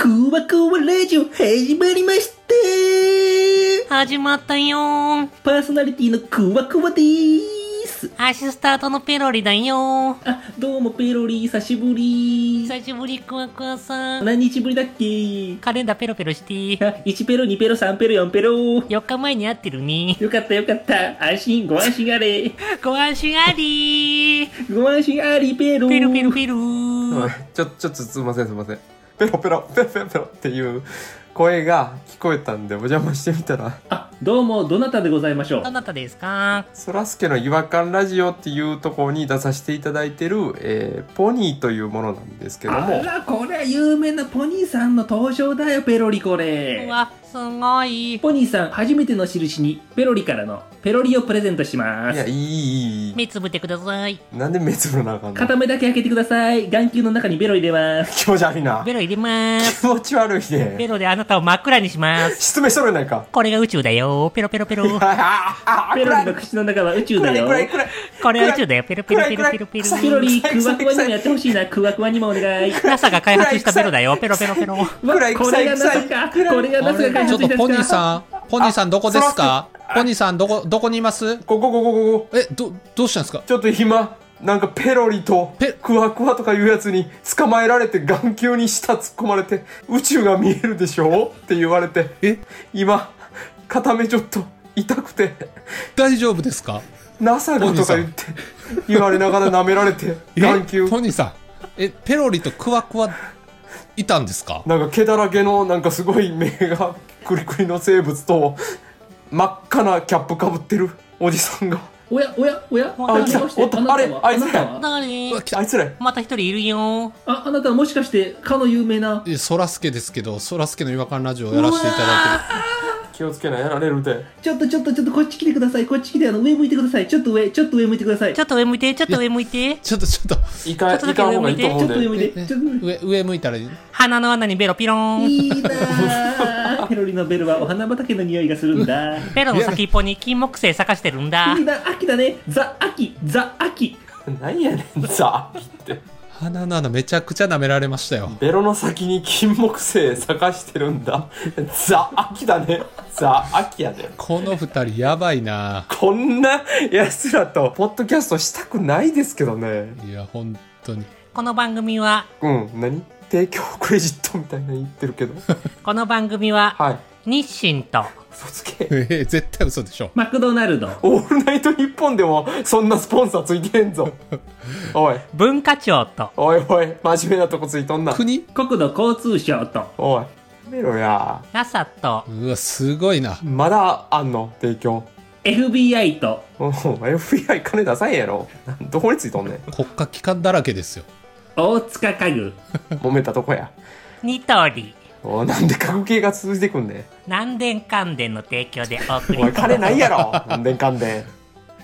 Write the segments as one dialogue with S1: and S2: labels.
S1: こわこわラジオ始まりました
S2: 始まったよーん。
S1: パーソナリティのこわこわでーす
S2: アシスタートのペロリだよー。
S1: あ、どうもペロリ久しぶり
S2: 久しぶり、くわくわさん。
S1: 何日ぶりだっけ
S2: カレンダーペロペロしてー。
S1: あ、1ペロ、2ペロ、3ペロ、4ペロ
S2: 4日前に会ってるね
S1: よかったよかった安心、ご安心あれ
S2: ご安心ありー。
S1: ご安心ありペロ
S2: ペロペロペロー。
S3: ちょ、ちょっとすいません、すいません。ペロペロ、ペロペロペロっていう声が聞こえたんで、お邪魔してみたら、
S1: あ、どうも、どなたでございましょう
S2: どなたですか
S3: そらすけの違和感ラジオっていうところに出させていただいてる、えーポニーというものなんですけど
S1: あ
S3: も、
S1: ら、これは有名なポニーさんの登場だよ、ペロリこれ
S2: うわ、すごい。
S1: ポニーさん、初めての印に、ペロリからの、ペロリをプレゼントしま
S3: いや、
S1: す
S3: い。い、いい、い
S2: 目つぶってください。
S3: い。なんで目つぶらなあかんの
S1: 片目だけ開けてください。眼球の中にベロ入れます。
S3: 気持ち悪いな
S2: ベ。ロ入れまーす。
S3: 気持ち悪い
S2: ベ
S3: ね。
S2: ロであなたを真っ暗にします。
S3: 失明しとるやないか。
S2: これが宇宙だよー。ペロペロペロ。
S3: ああ、あ、
S1: ペロ
S3: 暗
S1: リ
S3: い
S1: の口の中は宇宙だよ。
S3: 暗い、暗い、
S2: これは宇宙だよ。ペロペロペロペロペロ。
S1: ペロリ、
S3: 臭い
S1: ク
S3: 臭
S1: ワ
S3: い
S1: クワにもやってほしいな。クワクワにもお願い。
S2: NASA が開発したベロだよ。ペロペロペロ。
S1: わ
S3: 暗い
S1: これがナスか。
S3: 臭い
S1: これが
S4: あ
S1: ナス
S4: れ
S1: が開
S4: ちょ
S1: 発した
S4: っと
S1: やつ
S4: ポニー
S1: か。
S4: さん、ポニーさんどこですかポニーさんどこ、どこにいます
S3: ここ、ここ、ここ。
S4: え、ど、どうしたんですか
S3: ちょっと暇。なんかペロリと
S4: ペ
S3: クワクワとかいうやつに捕まえられて眼球に舌突っ込まれて宇宙が見えるでしょって言われて
S4: え、
S3: 今片目ちょっと痛くて
S4: 大丈夫ですか
S3: NASA がとか言って言われながら舐められて
S4: え
S3: 眼球
S4: ポニーさん、え、ペロリとクワクワいたんですか
S3: なんか毛だらけのなんかすごい目がクリクリの生物と真っ赤なキャップかぶってるおじさんが
S1: おやおやおや。
S2: あ
S1: あもしかして
S3: おっと
S1: あなた
S3: あれ
S1: は
S3: あいつ
S1: あなたは
S2: な
S4: う
S2: に
S4: わ来
S3: あ
S4: た
S3: いつらや
S2: また一人いるよー。
S1: あ、あなたはもしかして、かの有名な。
S4: えそらすけですけど、そらすけの違和感ラジオやらせていただいて
S3: 気をつけなやられるで
S1: ちょっとちょっとちょっとこっち来てください。こっち来て、あの、上向いてください。ちょっと上、ちょっと上向いてください。
S2: ちょっと上向いて、ちょっと上向いて
S4: る。。ちょっとちょっと、
S3: いかい
S2: ちょっとだけ
S3: かん方がいいと
S1: ち
S3: 思
S1: ょ
S3: う
S1: っ
S3: ん
S1: と
S3: で
S1: 上向い
S4: え
S1: て。
S4: え
S1: ちょっと上向いて。
S4: 上、上向いたらいい
S2: 鼻の穴にベロピローン。
S1: いいなぁ。ペロリのベルはお花畑の匂いがするんだ。
S2: ベロの先っぽに金木犀探してるんだ
S1: いい。な、秋だね。ザ・秋、ザ・秋。
S3: 何やねんザーって
S4: 鼻の穴めちゃくちゃ舐められましたよ。
S3: ベロの先に金木犀探してるんだ。ザ・秋だね。ザ・秋やで。
S4: この二人やばいな
S3: こんな奴らと、ポッドキャストしたくないですけどね。
S4: いや、本当に。
S2: この番組は、
S3: うん、何提供クレジットみたいなの言ってるけど。
S2: この番組は、
S3: はい。
S2: 日清と、
S3: 嘘つけ。
S4: ええ絶対嘘でしょ。
S1: マクドナルド。
S3: オールナイトニッポンでも、そんなスポンサーついてへんぞ。おい、
S2: 文化庁と、
S3: おいおい、真面目なとこついとんな。
S4: 国
S1: 国土交通省と
S3: おい、やめろや。
S2: NASA と、
S4: うわ、すごいな。
S3: まだあんの提供。
S1: FBI と
S3: うん、FBI 金出さへんやろ。なんどこについとんねん。
S4: 国家機関だらけですよ。
S1: 大塚家具
S3: 揉めたとこや。
S2: ニトリ、
S3: おなんで格系が続いてくんねん。
S2: 南電関電の提供でお送り
S3: おい、。金ないやろ。何年間で。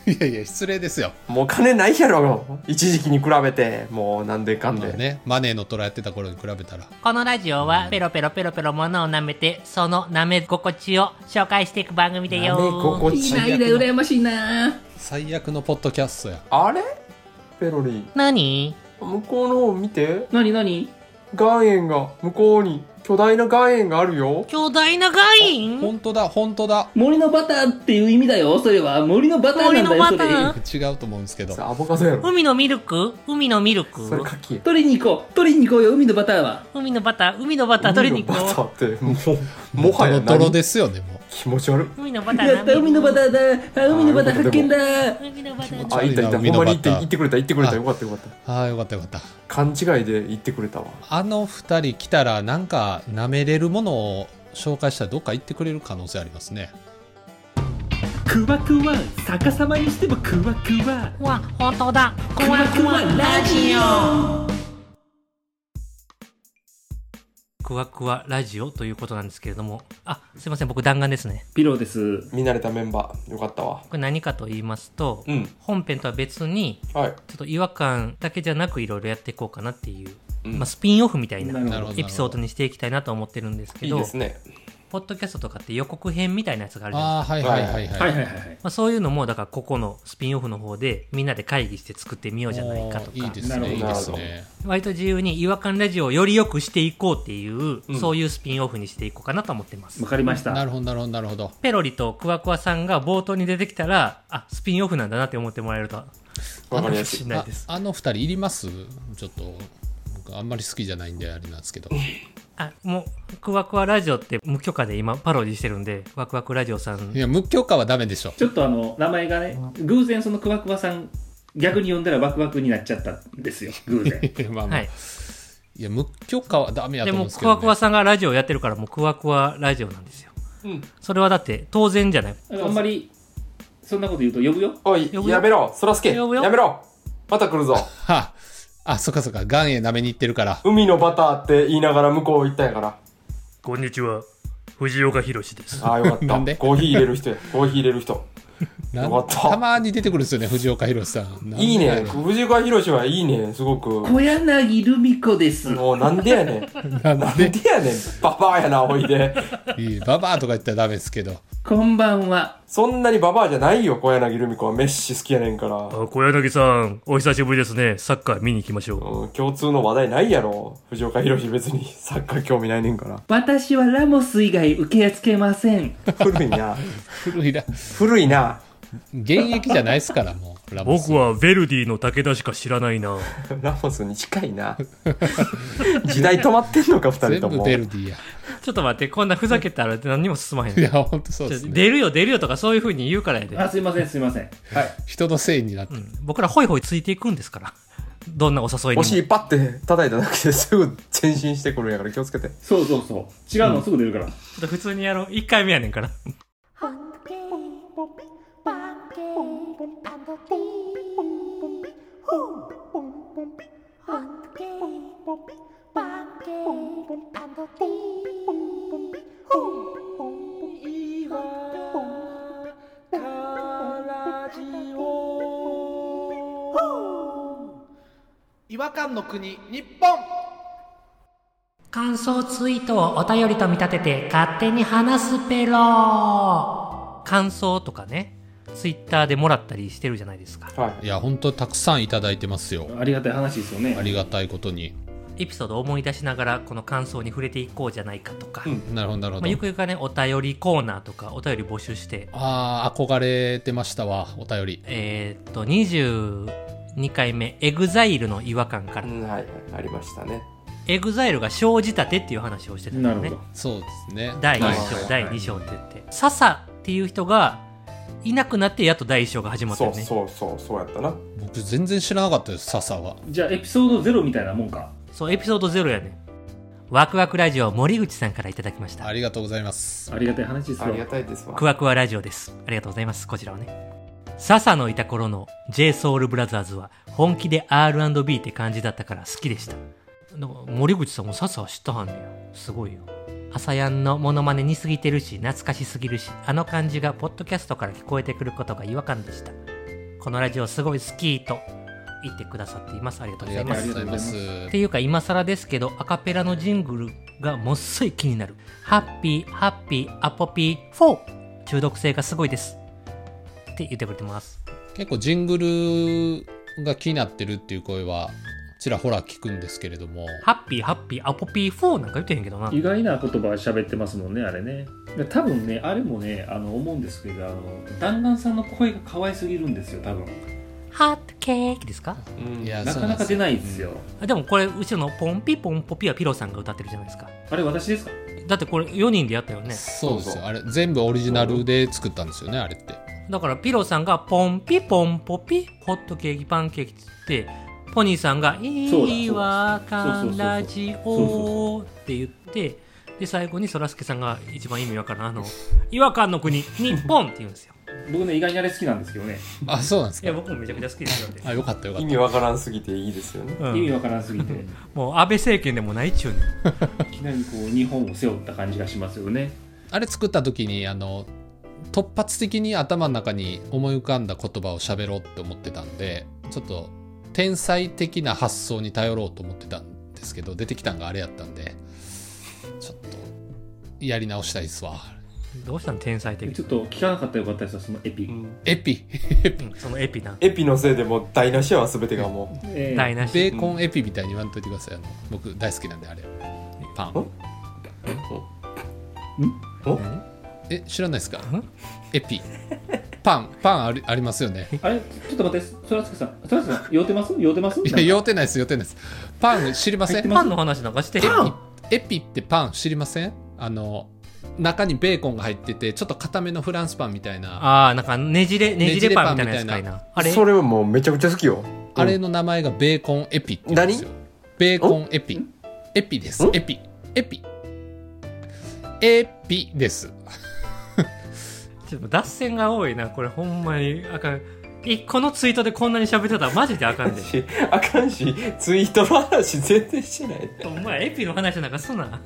S4: いやいや、失礼ですよ。
S3: もう金ないやろ。一時期に比べて、もう何年間
S4: まあ
S3: で。
S4: ね、マネーの虎やってた頃に比べたら。
S2: このラジオは、ペロペロペロペロものを舐めて、その舐め心地を紹介していく番組だよ
S3: 舐め心地
S1: いいないいな羨ましいな
S4: 最悪のポッドキャストや。
S3: あれペロリ。
S2: 何
S3: 向こうのを見て。
S1: なになに
S3: 岩塩が、向こうに巨大な岩塩があるよ。
S2: 巨大なガイン
S4: 本当だ、本当だ。
S1: 森のバターっていう意味だよそれは森のバターなんだよそ
S2: 森のバタ
S1: れ
S2: ー
S4: 違うと思うんですけど
S3: それ。アボカドやろ。
S2: 海のミルク海のミル
S3: そ
S2: ク
S3: れカキや。
S1: 取りに行こう取りに行こうよ海のバターは
S2: 海のバター海のバター取りに行
S3: 海の
S2: こ
S3: バターって、もう、もはや
S4: ドロドロ
S3: 何
S4: ですよね、もう。
S3: 気持ち悪い。
S2: う。海のバター
S1: やっ
S2: 舐め
S1: た
S2: る
S1: 海のバターだあ海のバター発見だ
S2: 海のバター
S3: あ、いたいた。ほ
S4: 海
S3: ん
S4: の
S3: まに
S4: バ
S3: 行って、
S4: ター
S3: 行ってくれた、行ってくれた。
S4: あ
S3: よかったよかった。
S4: ああ、よかったよかった。
S3: 勘違いで行ってくれたわ。
S4: あの二人来たら、なんか舐めれるものを紹介したらどっか行ってくれる可能性ありますね。
S1: クワクワ逆さまにしてもクワクワ
S2: わ、本当だ。クワクワラジオ。クワクワラジオということなんですけれども、あ、すいません、僕弾丸ですね。
S1: ピローです
S3: 見慣れたメンバー。よかったわ。
S2: これ何かと言いますと、
S3: うん。
S2: 本編とは別に、
S3: はい。
S2: ちょっと違和感だけじゃなくいろいろやっていこうかなっていう、
S3: うん
S2: まあスピンオフみたいな
S1: なるほ
S4: なるほど。
S2: エピソードにしていきたいなと思ってるんですけ
S3: いい
S2: ど、
S3: ですね。
S2: ポッドキャストとかって予告編みたいなやつがあるじゃないですか
S4: ああーはいはいはい
S5: は
S4: はいい
S5: はいはいはい
S2: まあ、そういうのもだからここのスピンオフの方でみんなで会議して作ってみようじゃないかと
S4: お
S2: か
S4: ーいいで
S5: な
S4: す
S5: るほ
S4: ね
S5: ど
S4: いいですね
S2: 割と自由に違和感ラジオをより良くしていこうっていう、
S3: うん
S2: そういうスピンオフにしていこうかなと思ってます
S5: わかりました
S4: なるほどなるほどなるほど
S2: ペロリとクワクワさんが冒頭に出てきたらあスピンオフなんだなって思ってもらえると
S3: わかりや
S2: あ
S3: す
S2: のかもし
S3: い
S2: れないです
S4: ああの二人いりますちょっと僕あんまり好きじゃないんであれなんですけど
S2: あもうクワクワラジオって無許可で今パロディしてるんでワクワクラジオさん
S4: いや無許可はダメでしょ
S5: ちょっとあの名前がね偶然そのクワクワさん逆に呼んだらワクワクになっちゃったんですよ偶然
S4: まあまあ、、
S2: はいい
S4: や無許可はダメやと
S2: で
S4: 思う
S2: も
S4: んですけ
S2: ク
S4: ど、ね、
S2: ワクワさんがラジオやってるからもうクワクワラジオなんですよ
S3: うん
S2: それはだって当然じゃない
S5: あんまりそんなこと言うと呼ぶよ
S3: おい
S2: 呼ぶよ
S3: やめろそらすけや
S2: 呼ぶ
S3: め
S2: よ
S3: ろまた来るぞ
S4: はああそっかそっか岩塩舐めに行ってるから
S3: 海のバターって言いながら向こう行ったんやから
S2: こんにちは藤岡弘です
S3: ああよかった
S4: なんで
S3: コーヒー入れる人やコーヒー入れる人
S4: なん
S3: よかった
S4: まに出てくるんですよね藤岡弘さんなんで
S3: いいね藤岡弘はいいねすごく
S5: 小柳ルミ子です
S3: もうなんでやねん
S4: なん
S3: なん
S4: で
S3: でやねんババアやなおいで
S4: いいババアとか言ったらダメですけど
S5: こんばんは
S3: そんなにババアじゃないよ小柳ルミ子はメッシ好きやねんから
S2: あ小柳さん、お久しぶりですね。サッカー見に行きましょ
S3: うん、共通の話題ないやろ藤岡弘別にサッカー興味ないねんから
S5: 私はラモス以外受け付けません
S3: 古いな
S4: 古いな
S3: 古いな
S4: 現役じゃないですからもうラ
S2: う。
S4: モス
S2: 僕はヴェルディの武田しか知らないな。
S3: ラモスに近いな時代止まってんのか2
S4: 全
S3: 人と
S4: 部
S3: も
S4: ベルディや
S2: ちょっと待って、こんなふざけたら何にも進まへん。
S4: い
S2: ち
S4: や本当そう
S2: ょ
S4: ですね
S2: 出るよ出るよとかそういう風に言うからやで。
S5: あすいませんすいませんはい
S4: 人のせいになって
S2: うん僕らホイホイついていくんですから。どんなお誘いに
S3: お
S2: も。
S3: 尻パッて叩いただけですぐ前進してくるんやから気をつけて
S5: そうそうそう違うのすぐ出るから、
S2: ちょっと普通にやろう。1回目やねんから。
S6: Hungry.
S7: 違和感の国日本
S2: 感想ツイートをお便りと見立てて勝手に話すペロ感想とかね、ツイッターでもらったりしてるじゃないですか。
S3: はい
S4: や本当たくさんいただいてますよ
S5: ありがたい話ですよね
S4: ありがたいことに
S2: エピソードを思い出しながらこの感想に触れていこうじゃないかとか、
S3: うん
S4: なるほどなる
S2: まあ、
S4: ほど、
S2: ゆくゆくはねお便りコーナーとかお便り募集して
S4: ああ憧れてましたわお便り
S2: えーっと22回目エグザイルの違和感か
S3: い、
S2: ら、
S3: うんはいはい、ありましたね
S2: エグザイルが生じたてっていう話をしてたんだ
S5: な
S2: よ
S5: るほ
S2: ね
S5: ど
S4: そうですね
S2: 第1
S3: はいはいは
S2: 章
S3: い
S2: 第2章って言って笹っていう人がいなくなってやっと第1章が始まった
S3: そ
S2: よ
S3: う
S2: ね
S3: そうそうそうやったな
S4: 僕全然知らなかったです笹は
S5: じゃあエピソードゼロみたいなもんか
S2: そうエピソード0やねワクワクラジオ森口さんからいただきました
S4: ありがとうございます
S5: ありがたい話です
S3: ありが
S5: よ
S3: たいですわ
S2: クワクワラジオです。ありがとうございます。こちらはね。笹のいた頃の JSOULBROTHERS は本気で R&B って感じだったから好きでした。でも森口さんも笹は知ったはんねや。すごいよ。朝やんのモノマネに過ぎてるし、懐かしすぎるし、あの感じがポッドキャストから聞こえてくることが違和感でした。このラジオすごい好きと言ってくださっています。ありがと
S4: あ
S2: うござい
S4: りが
S2: ます
S4: とう。ございます
S2: っていうか今更ですけどアカペラのジングルがもっそい気になるハッピーハッピーアポピー4中毒性がすごいですって言ってくれてます
S4: 結構ジングルが気になってるっていう声はちらほら聞くんですけれども
S2: ハッピーハッピーアポピー4なんか言ってへんけどな
S5: 意外な言葉喋ってますもんねあれねで多分ねあれもねあの思うんですけどあの弾丸さんの声が可愛すぎるんですよ多分
S2: ハットケーキですか
S3: うん
S4: いや
S5: なかなか出ないですよ、
S2: あでもこれ後ろのポンピポンポピはピロさんが歌ってるじゃないですか
S5: あれ私ですか
S2: だってこれ4人でやったよね
S4: そうです
S3: そうそう
S4: よあれ全部オリジナルで作ったんですよねあれって
S2: だからピロさんがポンピポンポピホットケーキパンケーキっつってポニーさんが「
S5: そうだ
S2: いいわかんラジオ」
S5: そ
S2: って言ってで最後にそらすけさんが一番意味わからんあの「違和感の国日本」って言うんですよ
S5: 僕ね意外にあれ好きなんですけどね、
S4: あそうなんで す
S2: いや
S4: か
S2: 僕もめちゃくちゃ好きですよね、
S4: あよかったよかっ
S3: 意
S4: た
S3: 味わからんすぎていいですよね
S2: う
S5: 意味
S2: ん、
S5: わからんすぎて
S2: もう安倍政権でもないっちゅうねん
S5: いきなりこう日本を背負った感じがしますよね
S4: あれ作った時にあの突発的に頭の中に思い浮かんだ言葉を喋ろうって思ってたんでちょっと天才的な発想に頼ろうと思ってたんですけど出てきたんがあれやったんでちょっとやり直したいですわ
S2: どうしたの天才的
S5: ちょっと聞かなかったらよかったですよそのエピ、
S4: エピ
S2: うんそのエピな
S3: エピのせいでもう台無しやわ全てがも
S5: えー
S2: 台無
S4: ベ
S2: し
S4: ーコンエピみたいに言わんといてくださいあの僕大好きなんであれパン
S3: ん
S4: え知らないですかエピパンパンありありますよね
S5: あれちょっと待ってそらすけさんそらすけさん酔うてます酔うてます
S4: いや酔ってないです酔ってないですパン知りません
S2: パンの話なんかしてへん
S5: パン
S4: エピってパン知りませんあの中にベーコンが入っててちょっと固めのフランスパンみたいなあ
S2: ああなんかねじれねじれパンみたいなやつかいなあ
S3: う
S2: れ
S3: それはもうめちゃくちゃ好きよ
S4: れの名前がベーコンエピって言うんですよベーコンエピエピです
S3: ん
S4: エピエピエピです
S2: ちょっと脱線が多いなこれほんまにあかん一個のツイートでこんなに喋ってたらマジであか んで
S3: しあかんしツイートの話全然しない
S2: お前エピの話なんかすな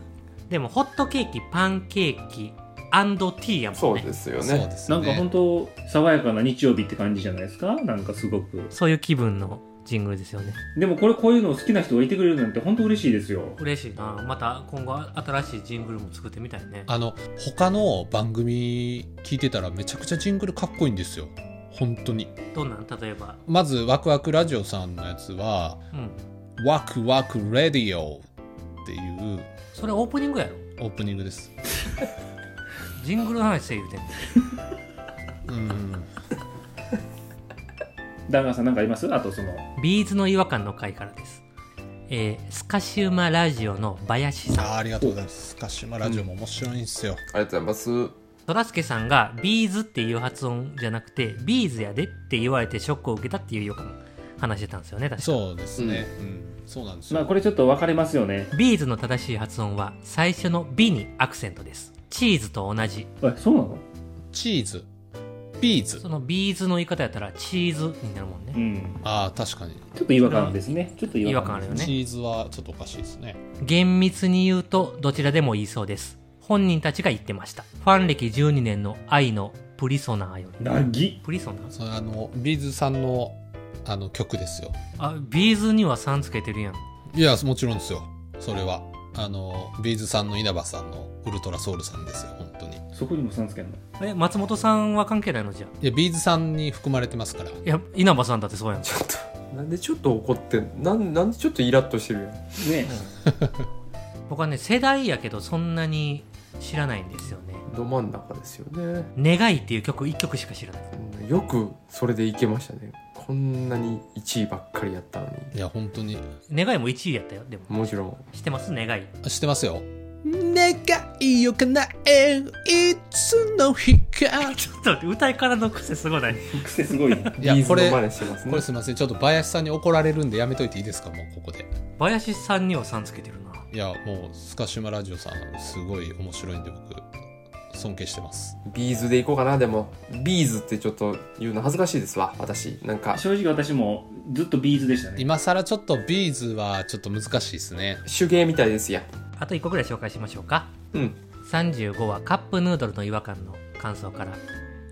S2: でもホットケーキパンケーキアンドティーや
S3: そ
S2: もん
S3: う
S2: ねそう
S3: ですよ
S4: そう
S3: ね
S4: です
S5: な
S4: ね
S5: んか本当爽やかな日曜日って感じじゃないですかなんかすごく
S2: いう気分のジングルですよね
S5: でもこれこういうのを好きな人がいてくれるなんて本当嬉しいですよ
S2: 嬉しいなまた今後新しいジングルも作ってみたいね
S4: あの他の番組聞いてたらめちゃくちゃジングルかっこいいんですよ本当に
S2: どんなん例えば
S4: まずワクワクラジオさんのやつは
S2: うん
S4: 「ワクワクレディオ」っていう
S2: それオープニングやろ
S4: オープニングです
S2: ジングルの話せ言うてんの
S4: うん
S5: ダンガンさんなんかありますあとその
S2: ビーズの違和感の回からです、えースカシウマラジオの林さん
S4: あーありがとうございますスカシマラジオも面白いんですよ、
S3: ありがとうございます
S2: そらすけさんがビーズっていう発音じゃなくてビーズやでって言われてショックを受けたっていう違和感話してたんですよね確か
S4: そうですね、うんそうなんですよ、
S5: まあこれちょっと分かれますよね
S2: ビーズの正しい発音は最初の「ビ」にアクセントですチーズと同じ
S5: えそうなの
S4: チーズビーズ
S2: そのビーズの言い方やったらチーズになるもんね、
S5: うん
S4: ああ確かに
S5: ちょっと違和感ですねちょっと違
S2: 違和
S5: 和感です
S2: 感あるよね
S4: チーズはちょっとおかしいですね
S2: 厳密に言うとどちらでもいいそうです本人たちが言ってましたファン歴12年の愛のプリソナーより
S5: なぎ
S2: プリソナー
S4: それあのビーズさんのあの曲ですよ
S2: あビーズにはさんつけてるやん
S4: いやもちろんですよそれはあのビーズさんの稲葉さんのウルトラソウルさんですよ本当にい
S5: そこにもさんつけんの
S2: え松本さんは関係ないのじゃあ
S4: やビーズさんに含まれてますから
S2: いや稲葉さんだってそうやん
S3: ちょっとなんでちょっと怒ってんなんなんでちょっとイラッとしてるやん
S5: ね
S2: 僕はね世代やけどそんなに知らないんですよね
S3: ど真ん中ですよね
S2: 「願い」っていう曲1曲しか知らない
S3: うんよくそれでいけましたねこんなに1位ばっかりやったのに
S4: いや本当に
S2: 願いも1位やったよでも
S3: もちろん
S2: 知ってます願い
S4: 知ってますよ願いを叶えるいつの日か
S2: ちょっと待って歌いからの癖すごない
S5: 癖すごいね
S4: い
S3: ビー
S4: や
S3: ズ
S4: こ
S3: の
S4: れ
S3: 真似してます
S4: こ
S3: ね
S4: れすいませんちょっと林さんに怒られるんでやめといていいですかもうここで
S2: 林さんにはさんつけてるない
S4: やもうスカシュマラジオさんすごい面白いんで僕尊敬してます
S3: ビーズでいこうかなでもビーズってちょっと言うの恥ずかしいですわ私なんか
S5: 正直私もずっとビーズでしたね
S4: 今更ちょっとビーズはちょっと難しいですね
S3: 手芸みたいですやん
S2: あと1個ぐらい紹介しましょうか
S3: うん
S2: 35はカップヌードルの違和感の感想から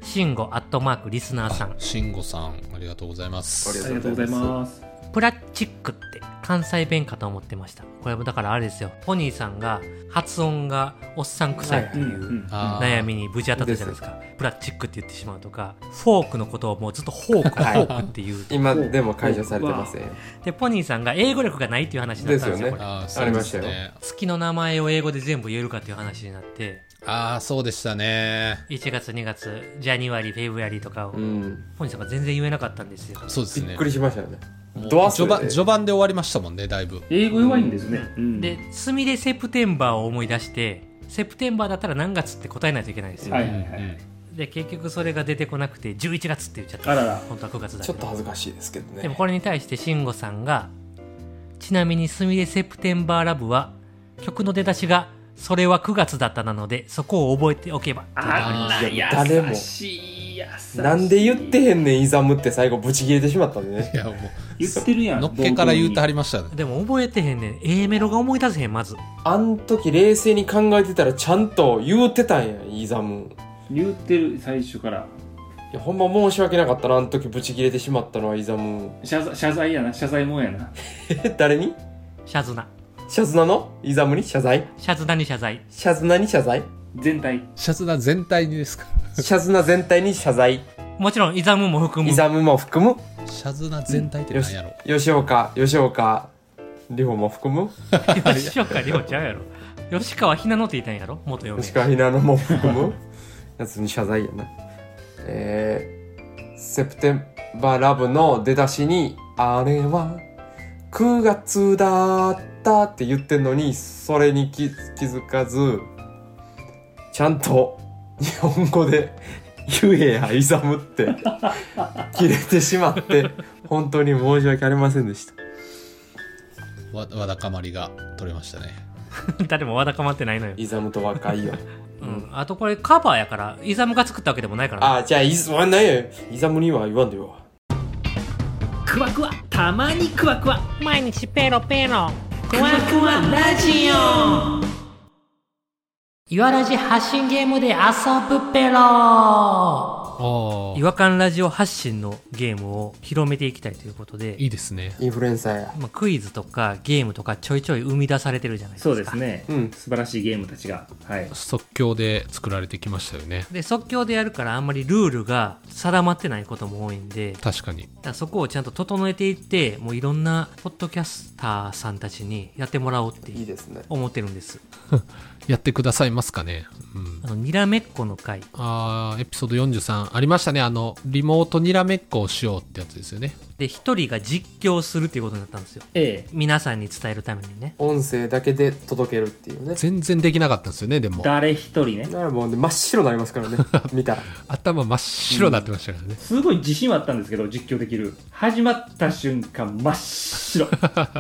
S2: 慎吾アットマークリスナーさん
S4: 慎吾さんありがとうございま
S3: あり
S4: す
S5: ありがとうございます
S2: プラチックって関西弁かと思ってましたこれもだからあれですよポニーさんが発音がおっさん臭いって
S5: うん
S2: いううん
S4: あー
S2: 悩みにぶち当たったじゃないですかプラチックって言ってしまうとかフォークのことをもうずっとフォークフ
S3: はい
S2: ォークって言うと
S3: 今でも解除されてません
S2: でポニーさんが英語力がないっていう話になったんですよ
S3: ですよね
S2: これ
S4: あー
S3: ありましたよ
S4: そうですね
S2: 月の名前を英語で全部言えるかっていう話になって
S4: ああそうでしたね
S2: 1月2月ジャニワリフェブラリとかを
S3: うん
S2: ポニーさんが全然言えなかったんですよ
S4: そうです
S3: び
S4: ね
S3: っくりしましたよね
S4: もう
S3: ドアス
S4: 序盤
S3: で
S4: 序盤で終わりましたもんねだいぶ
S5: 英語弱いんですね、うん
S2: で「すみれセプテンバー」を思い出して「セプテンバーだったら何月?」って答えないといけないんですよ、
S5: は
S4: う
S5: い
S4: ん
S5: は
S4: う
S5: いはい、
S4: ん
S2: で結局それが出てこなくて「11月」って言っちゃった
S5: あらら
S2: 本当は9月だ
S3: ち
S2: け
S3: ょっと
S2: ど
S3: 恥ずかしいですけどね
S2: でもこれに対して慎吾さんが「ちなみにすみれセプテンバーラブは曲の出だしが「それは9月だった」なのでそこを覚えておけば
S5: あら
S3: いや誰も
S5: 優しい優しい
S3: なんで言ってへんねんイザムって最後ブチ切れてしまったんでね
S4: いやもう
S5: 言ってるやん
S4: のっけから言うては
S5: り
S4: りましたね
S2: でも覚えてへんねん A メロが思い出せへんまず
S3: あん時冷静に考えてたらちゃんと言うてたんやイザム
S5: 言ってる最初から
S3: いやほんま申し訳なかったなあん時ブチ切れてしまったのはイザム
S5: 謝罪謝罪やな謝罪もんやな
S3: 誰に
S2: シャズナ
S3: シャズナのイザムに謝罪
S2: シャツダに謝罪
S3: シャズナに謝 罪
S5: 全体
S4: シャツダ全体にですか
S3: シャズナ全体に謝罪
S2: もちろんイザムも含
S3: イ
S2: む
S3: ザムも含む
S4: シャツダ全体って
S3: よ
S4: 何
S3: し
S4: やろ
S3: 吉岡吉岡リョウも含む
S2: 吉岡里帆ちゃうやろ吉川ひなのって言いたいんやろ元嫁
S3: 吉川ひなのも含む やつに謝罪やなえー、セプテンバーラブの出だしに「あれは9月だった」って言ってんのにそれに気気づかずちゃんと日本語で「ゆえやいざむ」って 切れてしまって本当に申し訳ありませんでした
S4: わわだかまりが取れましたね
S2: 誰もわだかまってないのよ、
S3: いざむと若いよ
S2: うん、あとこれカバーやからイザムが作ったわけでもないからね
S3: あじゃあいざむねいざむには言わんでよ
S1: クワクワたまにクワクワ
S2: 毎日ペロペロ
S1: クワクワラジオ
S2: いわらじ発信ゲームで遊ぶペロ
S4: あ
S2: 違和感ラジオ発信のゲームを広めていきたいということで
S4: いいですね
S3: インフルエンサーや
S2: まあクイズとかゲームとかちょいちょい生み出されてるじゃないですか
S5: そうですね、
S3: うん
S5: 素晴らしいゲームたちがはい
S4: 即興で作られてきましたよね
S2: で即興でやるからあんまりルールが定まってないことも多いんでだか
S4: 確かに
S2: らそこをちゃんと整えていってもういろんなポッドキャスターさんたちにやってもらおうって
S3: いいですね
S2: 思ってるんです
S4: やってくださいますかねうん
S2: あのにらめっこの回
S4: あーエピソード43ありましたねあのリモートにらめっこをしようってやつですよね
S2: で一人が実況するっていうことになったんですよ
S5: え
S2: 皆さんに伝えるためにね
S3: 音声だけで届けるっていうね
S4: 全然できなかったんですよねでも
S5: 誰一人ね
S3: だからもうね真っ白になります からね見たら
S4: 頭真っ白になってましたからね、
S5: すごい自信はあったんですけど実況できる始まった瞬間真 っ白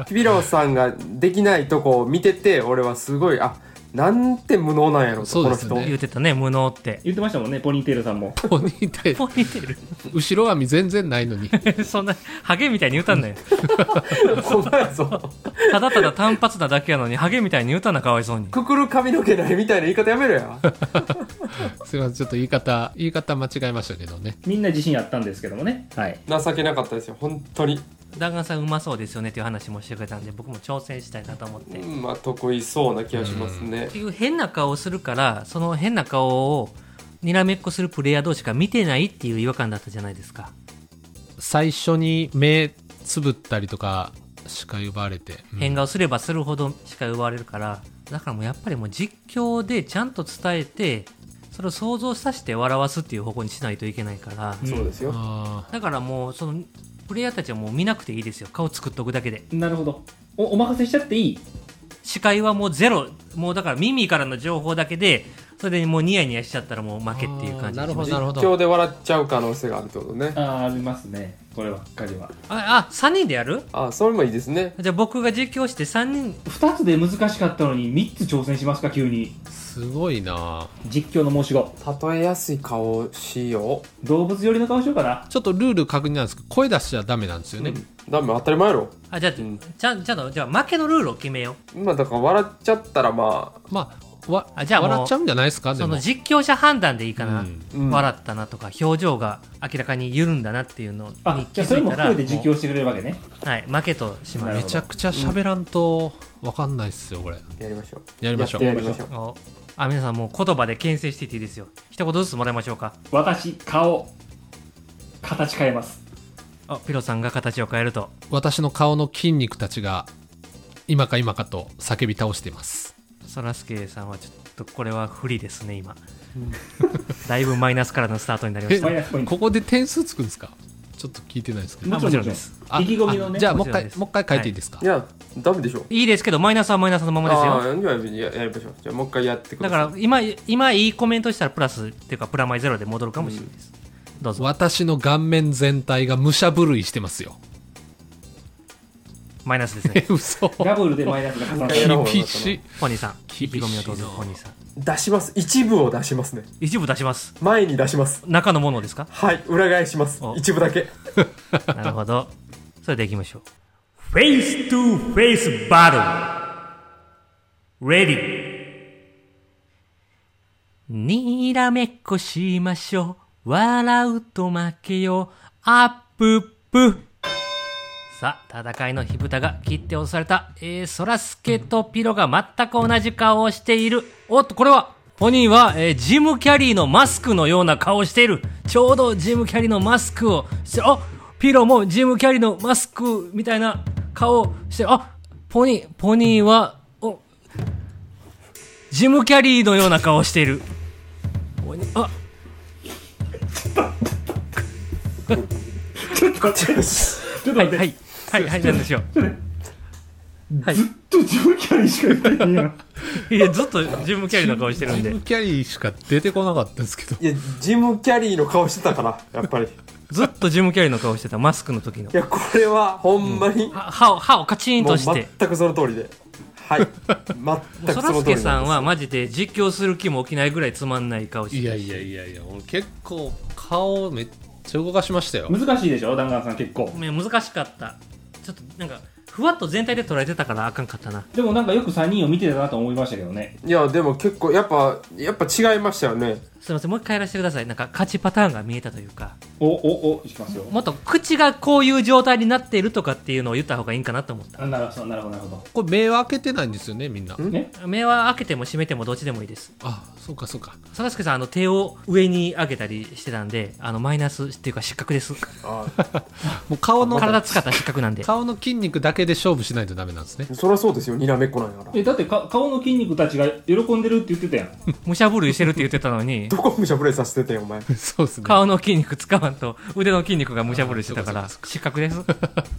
S3: ピロさんができないとこを見てて俺はすごいあなんて無能なんやろと
S4: そう
S3: こ
S4: で
S3: の
S4: す
S3: 人
S4: よね
S2: 言ってたね無能って
S5: 言ってましたもんねポニーテールさんも
S4: ポニ ーテール
S2: ポニーテ
S4: 後ろ髪全然ないのに
S2: ールそんなハゲみたいに歌うんだよ
S3: お前ぞ
S2: ただただ単発なだけやのにハゲみたいに歌うなかわいそうに
S3: くくる髪の毛ないみたいな言い方やめろや
S4: すいませんちょっと言い方言い方間違えましたけどね
S5: みんな自信あったんですけどもねはい
S3: 情けなかったですよ本当に
S2: 弾丸さんうまそうですよねっていう話もしてくれたんで僕も挑戦したいなと思って、
S3: う
S2: っ
S3: んまあ得意そうな気がしますね
S2: ていう変な顔をするからその変な顔をにらめっこするプレイヤー同士が見てないっていう違和感だったじゃないですか
S4: 最初に目つぶったりとか視界奪われて、うん
S2: 変顔すればするほどしか奪われるからだからもうやっぱりもう実況でちゃんと伝えてそれを想像させて笑わすっていう方向にしないといけないから、
S3: そうですよ
S4: あ
S2: だからもうそのプレイヤーたちはもう見なくていいですよ顔作っとくだけで
S5: なるほどおお任せしちゃっていい
S2: 視界はもうゼロもうだから耳からの情報だけでそれでもうニヤニヤしちゃったらもう負けっていう感じ
S4: あ
S2: に
S4: ーな
S2: しま
S4: るほど
S2: す
S4: なるほど
S3: 今日で笑っちゃう可能性があるってことね
S5: ああありますねこればっかりは
S2: ああ3人でやる
S3: あそれもいいですね
S2: じゃあ僕が実況して3人
S5: 2つで難しかったのに3つ挑戦しますか急に
S4: すごいな
S5: 実況の申し子
S3: 例えやすい顔をしよ
S5: 動物寄りの顔しようかな
S4: ちょっとルール確認なんですけど声出しちゃダメなんですよ
S3: う、
S4: ね、
S3: うんダメ当たり前やろ
S2: あじゃあ、
S3: ん
S2: ちゃんちゃんとじゃあ負けのルールを決めよ
S3: まあだから笑っちゃったらまあ
S4: まあわ
S2: あじゃあもう
S4: 笑っちゃうんじゃないですか
S2: う
S4: で
S2: そ
S4: も
S2: の実況者判断でいいかな、
S4: うん
S3: うん
S2: 笑ったなとか表情が明らかに緩んだなっていうのに
S5: あ
S2: 気
S5: じゃあそれ
S2: づい
S5: も
S2: たら
S5: 含めて実況してくれるわけね
S2: もうはい負けとしま
S5: なる
S2: す
S4: めちゃくちゃ喋らんと分かんないっすよこれ
S3: やりましょう
S4: やりましょう
S3: やってやりましょう
S2: おあ皆さんもう言葉で牽制していっていいですよ一言ずつもらいましょうか
S5: 私顔形変えます
S2: あピロさんが形を変えると
S4: 私の顔の筋肉たちが今か今かと叫び倒しています
S2: そらすけさんはちょっとこれは不利ですね今 だいぶマイナスからのスタートになりまし
S4: え
S2: た
S5: マイナスポイント
S4: ここで点数つくんですかちょっと聞いてないですけど
S2: あもちろんです
S4: あ
S5: 意気込みのね
S4: あじゃあもう
S2: も
S4: 一
S2: ちろん
S4: 回
S2: です
S4: もう一回書いていいですか、
S3: いやダメでしょ
S2: いいですけどマイナスはマイナスのままです
S3: あ
S2: よ
S3: あーやややりましょうじゃあもう一回やってくだ
S2: だ
S3: さ
S2: か
S3: い
S2: ら今今いいコメントしたらプラスっていうかプラマイゼロで戻るかもしれないです、どうぞ
S4: 私の顔面全体が武者震いしてますよ
S2: マイナスです
S4: え
S2: ね
S4: 嘘
S5: ダブルでマイナスが重な
S3: やろう
S5: る
S4: 厳しい
S2: ポニーさん意
S4: 厳し
S2: 気
S4: いな
S2: 込みをどうぞポニーさん
S3: 出します一部を出しますね
S2: 一部出します
S3: 前に出します
S2: 中のものですか
S3: はい裏返します
S2: お
S3: 一部 だけ
S2: なるほどそれでいきましょうフェイストゥフェイスバトルレディにらめっこしましょう笑うと負けよアップップさあ戦いの火蓋が切って落とされた、えー、そらすけとピロが全く同じ顔をしているおっとこれは鬼は、えージム・キャリーのマスクのような顔をしているちょうどジム・キャリーのマスクをしてあピロもジム・キャリーのマスクみたいな顔をしてあポニーポニーはおジム・キャリーのような顔をしている鬼あはい
S5: ちょっと待って、
S2: はいはいはいなんでしょうはい
S5: ずっとジムキャリーしか言ってへんやん
S2: いやずっとジム・キャリーの顔してるん
S4: ジ
S2: で
S4: ム・キャリーしか出てこなかったですけど
S3: いやジム・キャリーの顔してたからやっ ぱりい
S2: ずっとジム・キャリーの顔してたマスクの時の
S3: やこれはほんまに、
S2: は歯を歯をカチン
S3: も
S2: と
S3: う
S2: して
S3: 全くその通りではい 全
S2: そ
S3: くそ
S2: らす
S3: の通り
S2: け
S3: です
S2: さんはマジで実況する気も起きないぐらいつまんない顔して
S4: いやいやいやいや俺結構顔めっちゃ動かしましたよ
S5: 難しいでしょ弾丸さん結構
S2: ね難しかったちょっとなんかふわっと全体で捉えてたからあかんかったな
S5: でもなんかよく3人を見てたなと思いましたけどね
S3: いやでも結構やっぱやっぱ違いましたよね
S2: すいませんもう一回やらせてくださいなんか勝ちパターンが見えたというか
S5: おおおいきますよ
S2: もっと口がこういう状態になっているとかっていうのを言った方がいいんかなと思っ
S5: あなるほどなるほどなるほ
S4: これ目は開けてないんですよねみんな
S3: うん
S2: た目は開けても閉めてもどっちでもいいです
S4: あそうかそうか
S2: そらすけさんあの手を上に上げたりしてたんであのマイナスっていうか失格です
S3: あ
S4: もう顔の
S2: 体使ったら失格なん で
S4: 顔の筋肉だけで勝負しないとダメなんですね
S3: そりゃそうですよにらめっこなんやから
S5: どえだってか顔の筋肉たちが喜んでるって言ってたやん
S2: むしゃぶるいしてるって言ってたのに
S3: どこむしゃぶれさせててんお前
S4: そうですね
S2: 顔の筋肉使わんと腕の筋肉がむしゃぶりしてたから
S4: あーそ
S2: 失格ですい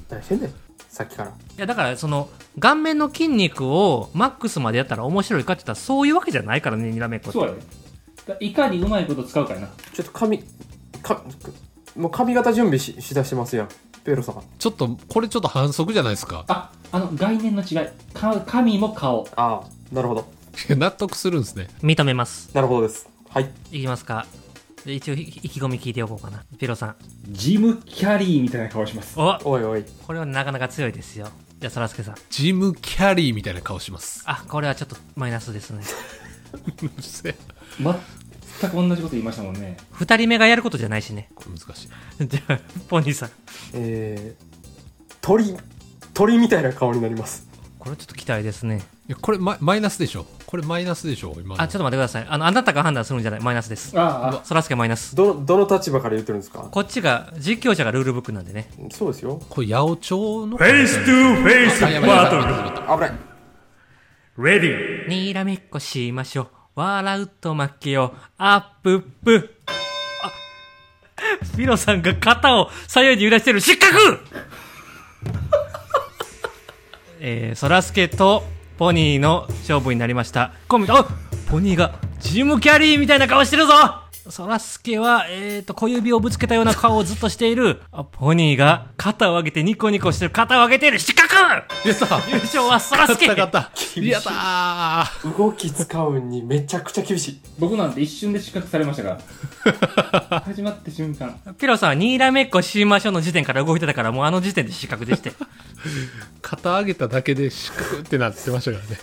S3: 何してんねんさっきから
S2: やだからその顔面の筋肉をマックスまでやったら面白いかって言ったらそういうわけじゃないからねにらめっこって
S5: そうやでだいかにうまいこと使うかやな
S3: ちょっと髪かもう髪型準備ししだしてますやんペロさん
S4: ちょっとこれちょっと反則じゃないですか
S5: ああの概念の違いか髪も顔
S3: ああなるほど
S4: いや納得するんですね
S2: 認めます
S3: なるほどですはい
S2: いきますかで一応意気込み聞いておこうかなピロさん
S5: ジムキャリーみたいな顔します
S2: お
S3: おいおい
S2: これはなかなか強いですよじゃあそらすけさん
S4: ジム・キャリーみたいな顔します
S2: あこれはちょっとマイナスですね
S4: うるせえ
S5: 全く同じこと言いましたもんね
S2: 二人目がやることじゃないしね
S4: これ難しい
S2: じゃあポニーさん
S3: えー、鳥鳥みたいな顔になります
S2: これちょっと期待ですね
S4: いやこれマイマイナスでしょこれマイナスでしょ今の
S2: あちょっと待ってくださいあのあなたが判断するんじゃないマイナスです
S5: あ
S2: そらすけマイナス
S3: どのどの立場から言ってるんですか
S2: こっちが実況者がルールブックなんでね
S3: そうですよ
S4: これ八百長の
S8: フェイストゥフェイスバトル
S3: 危ない
S8: レディー
S2: にらめっこしましょう。笑うと負けよう。アップップ。あ、ピロさんが肩を左右に揺らしてる。失格 えー、そらすけとポニーの勝負になりました。コンビ、あポニーがジムキャリーみたいな顔してるぞそらすけは、えーと、小指をぶつけたような顔をずっとしている。あ、ポニーが肩を上げてニコニコしてる。肩を上げている。失格
S4: やった
S2: 優勝はそらすけ
S4: 勝った勝ったやったー
S3: 動き使うんにめちゃくちゃ厳しい
S5: あ僕なんて一瞬で失格されましたから 始まった瞬間
S2: ピロさんはにらめっこしましょうの時点から動いてたからもうあの時点で失格で して。
S4: 肩上げただけでシクってなってましたからね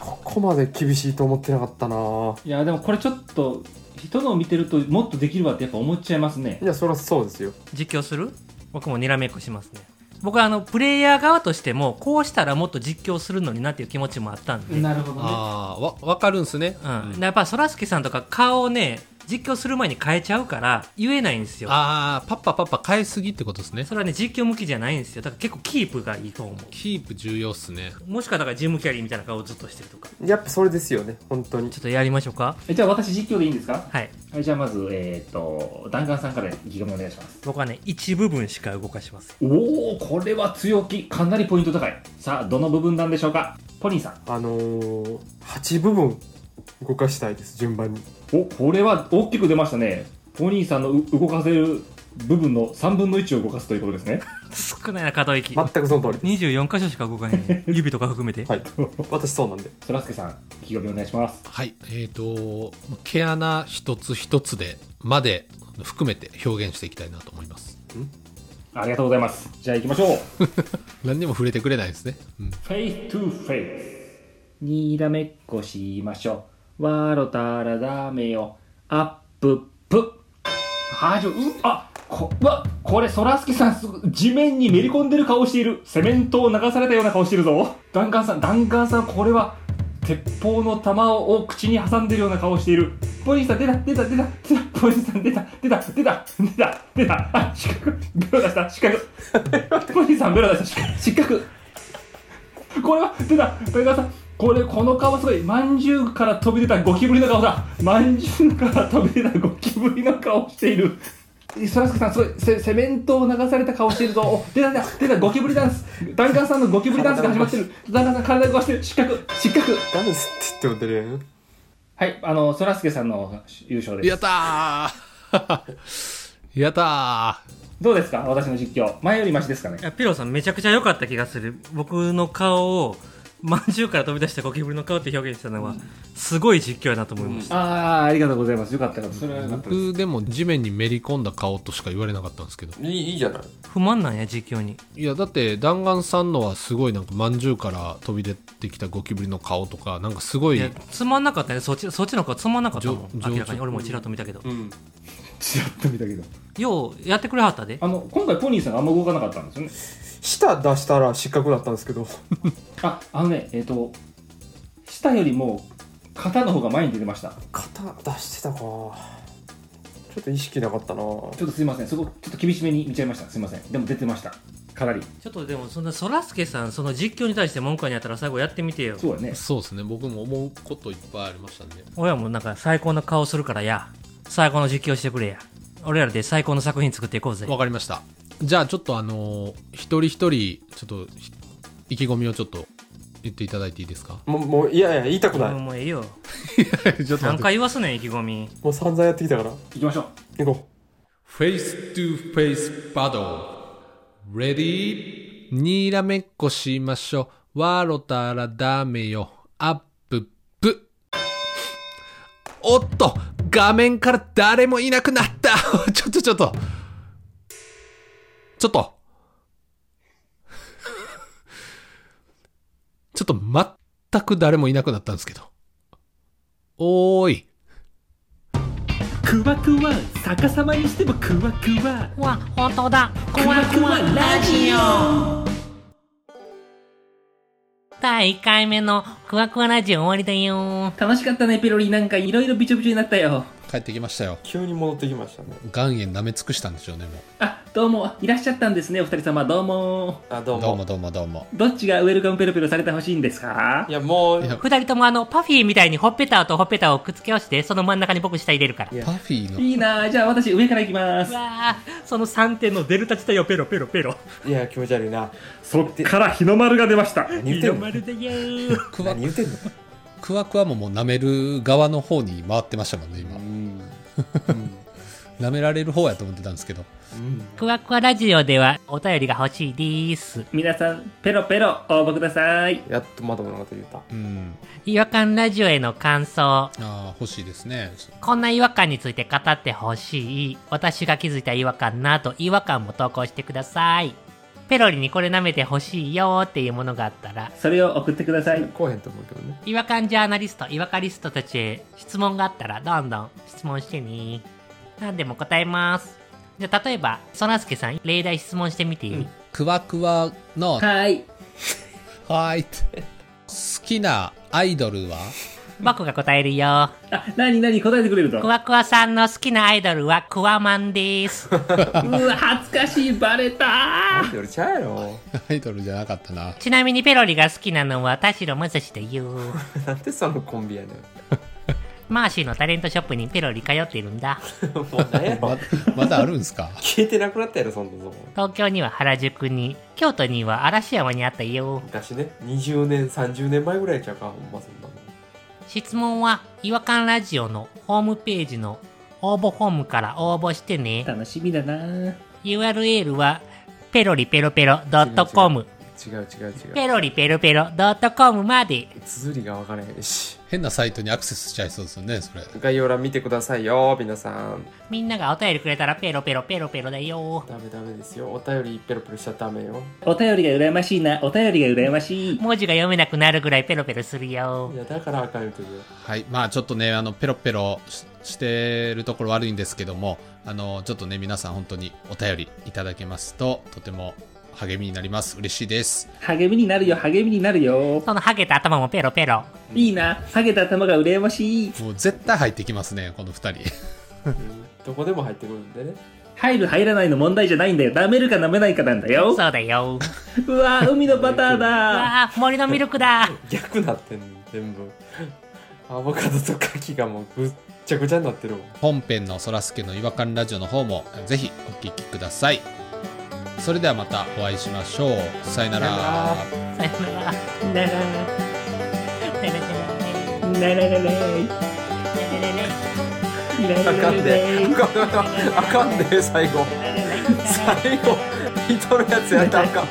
S3: ここまで厳しいと思ってなかったない
S5: やでもこれちょっと人のを見てるともっとできるわってやっぱ思っちゃいますね
S3: いやそりゃそうですよ
S2: 実況する僕もにらめっこしますね。僕はあのプレイヤー側としてもこうしたらもっと実況するのになっていう気持ちもあったんで。
S5: なるほどね
S4: ああわ分かるんすね
S2: うん。やっぱそらすけさんとか顔をね、実況する前に変えちゃうから言えないんですよ。
S4: ああパッパパッパ変えすぎってことですね
S2: それはね、実況向きじゃないんですよ。だから結構キープがいいと思う。
S4: キープ重要っすね
S2: もしくはだからジムキャリーみたいな顔をずっとしてるとか。
S3: やっぱそれですよね本当に
S2: ちょっとやりましょうか。
S5: えじゃあ私実況でいいんですか
S2: はい。
S5: はいじゃあまずえっ、と弾丸さんから意気込みお願いします
S2: 僕はね、一部分しか動かしません。
S5: おおこれは強気かなりポイント高いさあどの部分なんでしょうかポニーさん
S3: あのー、8部分動かしたいです順番に
S5: おこれは大きく出ましたねポニーさんのう動かせる部分の3分の1を動かすということですね
S2: 少ないな、可動域。
S3: 全くその通り
S2: 24箇所しか動かへん指とか含めて、
S3: はい私そうなんで
S5: そらすけさん意気込みお願いします
S4: はいえー、と毛穴一つ一つでまで含めて表現していきたいなと思います
S5: ありがとうございますじゃあ行きましょう
S4: 何にも触れてくれないですね、うん
S5: フェイストゥフェイスにらめっこしましょうわろたらダメよアップップはじょうあこわこれ、ソラスケさんすぐ、地面にめり込んでる顔している。セメントを流されたような顔してるぞ。弾丸さん、弾丸さん、これは、鉄砲の弾を口に挟んでるような顔している。ポリスさん、出た、出た、出た、出た、ポリスさん、出た、出た、出た、出た、出た、あ、失格、ベロ出した、失格。ポリスさん、ベロ出した、失格。失格これは、出た、武田さん、これ、この顔すごい。まんじゅうから飛び出たゴキブリの顔だ。まんじゅうから飛び出たゴキブリの顔している。そらすけさん、すごいセ、セメントを流された顔しているぞ。お、出た出た、出た、ゴキブリダンス。ダンカンさんのゴキブリダンスが始ま ってる。ダンカンさん、体動かしてる。失格、失格。
S3: ダンスって言っても出れん
S5: はい、あの、そらすけさんの優勝で
S4: やっ
S5: す。
S4: たー やった
S5: どうですか私の実況。前よりマシですかね
S2: いやピロさんめちゃくちゃ良かった気がする僕の顔をまんじゅうから飛び出したゴキブリの顔って表現したのはすごい実況やなと思いました、
S5: あー、ありがとうございます。よかったよかった。それはよか
S4: ー
S5: っ
S4: 僕でも地面にめり込んだ顔としか言われなかったんですけど
S3: いいいいじゃない
S2: 不満なんや実況に
S4: いやだって弾丸さんのはすごいなんかまんじゅうから飛び出てきたゴキブリの顔とかなんかすごい
S2: いやつまんなかったねそっちそっちの顔つまんなかったもん
S4: じょ
S2: 明らか
S4: 上
S2: に
S4: 手
S2: 俺もちらっと見たけど、
S3: うん
S5: た。ちらっと見たけど。
S2: ようやってくれはったで
S5: あの、今回ポニーさんがあんま動かなかったんですよね。
S3: 舌出したら失格だったんですけど
S5: あ、あのね、えっ、と、舌よりも、肩の方が前に出てました。
S3: 肩出してたかちょっと意識なかったな
S5: ちょっとすいません。そこ、ちょっと厳しめに見ちゃいました。すいません。でも出てました。かなり。
S2: ちょっとでもそんなそらすけさんその実況に対して文句にあったら最後やってみてよ
S5: そうだね。
S4: そうですね僕も思うこといっぱいありましたね
S2: 親もなんか最高の顔するからや最高の実況してくれや俺らで最高の作品作っていこうぜ
S4: わかりましたじゃあちょっとあのー一人一人ちょっとひ意気込みをちょっと言っていただいていいですか
S3: もうもういやいや言いたくない、
S2: もうええ よ
S4: ちょっと待って
S2: 何回言わすねん意気込み
S3: もう散々やってきたから
S5: 行きましょう。
S3: 行こ
S4: フェイストゥフェイスバトル。レディーにらめっこしましょう。笑ったらダメよ。アッププ。おっと画面から誰もいなくなった ちょっとちょっと。ちょっと。 ちょっと全く誰もいなくなったんですけど。おーい。
S1: クワクワ逆さまにしてもクワクワ
S2: わ本当だ
S1: クワクワラジオ
S2: 第1回目のふわふわラジオ終わりだよ
S1: 楽しかったねペロリなんかいろいろびちょびちょになったよ
S4: 帰ってきましたよ
S3: う。急に戻ってきましたね
S4: 岩塩舐め尽くしたんでしょうね、もう。
S1: あどうもいらっしゃったんですねお二人様どうも
S3: あどうも
S4: どうもどうもどうも。
S1: どっちがウェルカムペロペロされてほしいんですか
S3: いやもう
S4: いや
S2: 二人ともあのパフィーみたいにほっぺたとほっぺたをくっつけ合わせてその真ん中に僕下入れるから
S3: いや
S4: パフィーの
S1: いいなあじゃあ私上から行きます
S2: うわあその3点のデルタ地帯をペロペロペロ
S3: いや気持ち悪いな
S9: そっから日の丸が出ま した
S3: 何言ってんの
S2: 丸だよー
S4: クワ
S3: 何言ってんの
S4: クワクワももう舐める側の方に回ってましたもんね今
S3: うん
S4: 舐められる方やと思ってたんですけど
S2: ふわふわラジオではお便りが欲しいです
S1: 皆さんペロペロ応募ください
S3: やっとまともなこと言った
S4: うん
S2: 違和感ラジオへの感想
S4: ああ欲しいですね
S2: こんな違和感について語ってほしい私が気づいた違和感など違和感も投稿してくださいペロリにこれ舐めてほしいよーっていうものがあったら
S1: それを送ってください
S3: こうへんと思うけどね
S2: 違和感ジャーナリスト、違和感リストたちへ質問があったらどんどん質問してね。何でも答えます。じゃあ、例えば、そらすけさん、例題質問してみていい、
S4: クワクワの
S1: はい
S4: はいって好きなアイドルは
S2: 僕が答えるよ。
S1: あ何何答えてくれると
S2: クワクワさんの好きなアイドルはクワマン です。
S1: うわ恥ずかしいバレた
S3: なんで俺ちゃうやろ
S4: アイドルじゃなかったな
S2: ちなみにペロリが好きなのは田代正史だよ。
S3: なんでそのコンビやねん
S2: マーシーのタレントショップにペロリ通ってるんだ。
S3: もう何やろ
S4: ままだあるんです か
S3: 消えてなくなったやろそんなぞ
S2: 東京には原宿に、京都には嵐山にあったよ。
S3: 昔ね20年30年前ぐらいちゃうかほんまそんなの
S2: 質問は、違和感ラジオのホームページの応募フォームから応募してね。
S1: 楽しみだな
S2: URL はペロリペロペロ .com
S3: 違う違う違う
S10: ペロリペロペロドットコムまで。
S3: 綴りが分からへんし
S4: 変なサイトにアクセスしちゃいそうですよねそれ
S3: 概要欄見てくださいよ皆さん
S10: みんながお便りくれたらペロペロペロペロだよ。
S3: ダメダメですよお便りペロペロしちゃダメよ
S5: お便りが羨ましいなお便りが羨ましい
S10: 文字が読めなくなるぐらいペロペロするよ
S3: い。やだからあかんよという
S4: はいまあちょっとねあのペロペロししてるところ悪いんですけどもあのちょっとね皆さん本当にお便りいただけますととても励みになります嬉しいです
S5: 励みになるよ励みになるよ
S10: そのハゲた頭もペロペロ。
S5: いいな下げた頭が羨ましい
S4: もう絶対入ってきますねこの2人
S3: どこでも入ってくるんでね
S5: 入る入らないの問題じゃないんだよ舐めるか舐めないかなんだよ
S10: そうだよ。
S5: うわー海のバターだ
S10: わあ、森のミルクだ。
S3: 逆なってんの全部アボカドとカキがもうぐっちゃぐちゃになってるもん
S4: 本編のそらすけの違和感ラジオの方もぜひお聞きくださいそれではまたお会いしましょうさよな
S3: さよな
S4: ら
S3: ら
S10: さよなら。
S5: なら
S10: テレテ
S5: な
S10: レ
S5: らららい
S10: テレ
S5: な
S10: テレ
S5: ら
S3: あ
S5: らら
S3: かんで
S5: い、
S3: あかんで、あかんで、最後。最後、人のやつやったらあかん。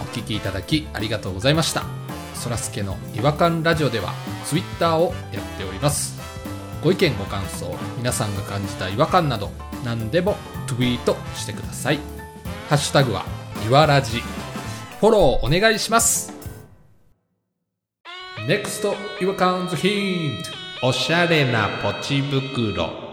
S4: お聞きいただきありがとうございましたそらすけの違和感ラジオではツイッターをやっておりますご意見ご感想皆さんが感じた違和感など何でもツイートしてくださいハッシュタグはいわらじフォローお願いします NEXT 違和感ズヒントおしゃれなポチ袋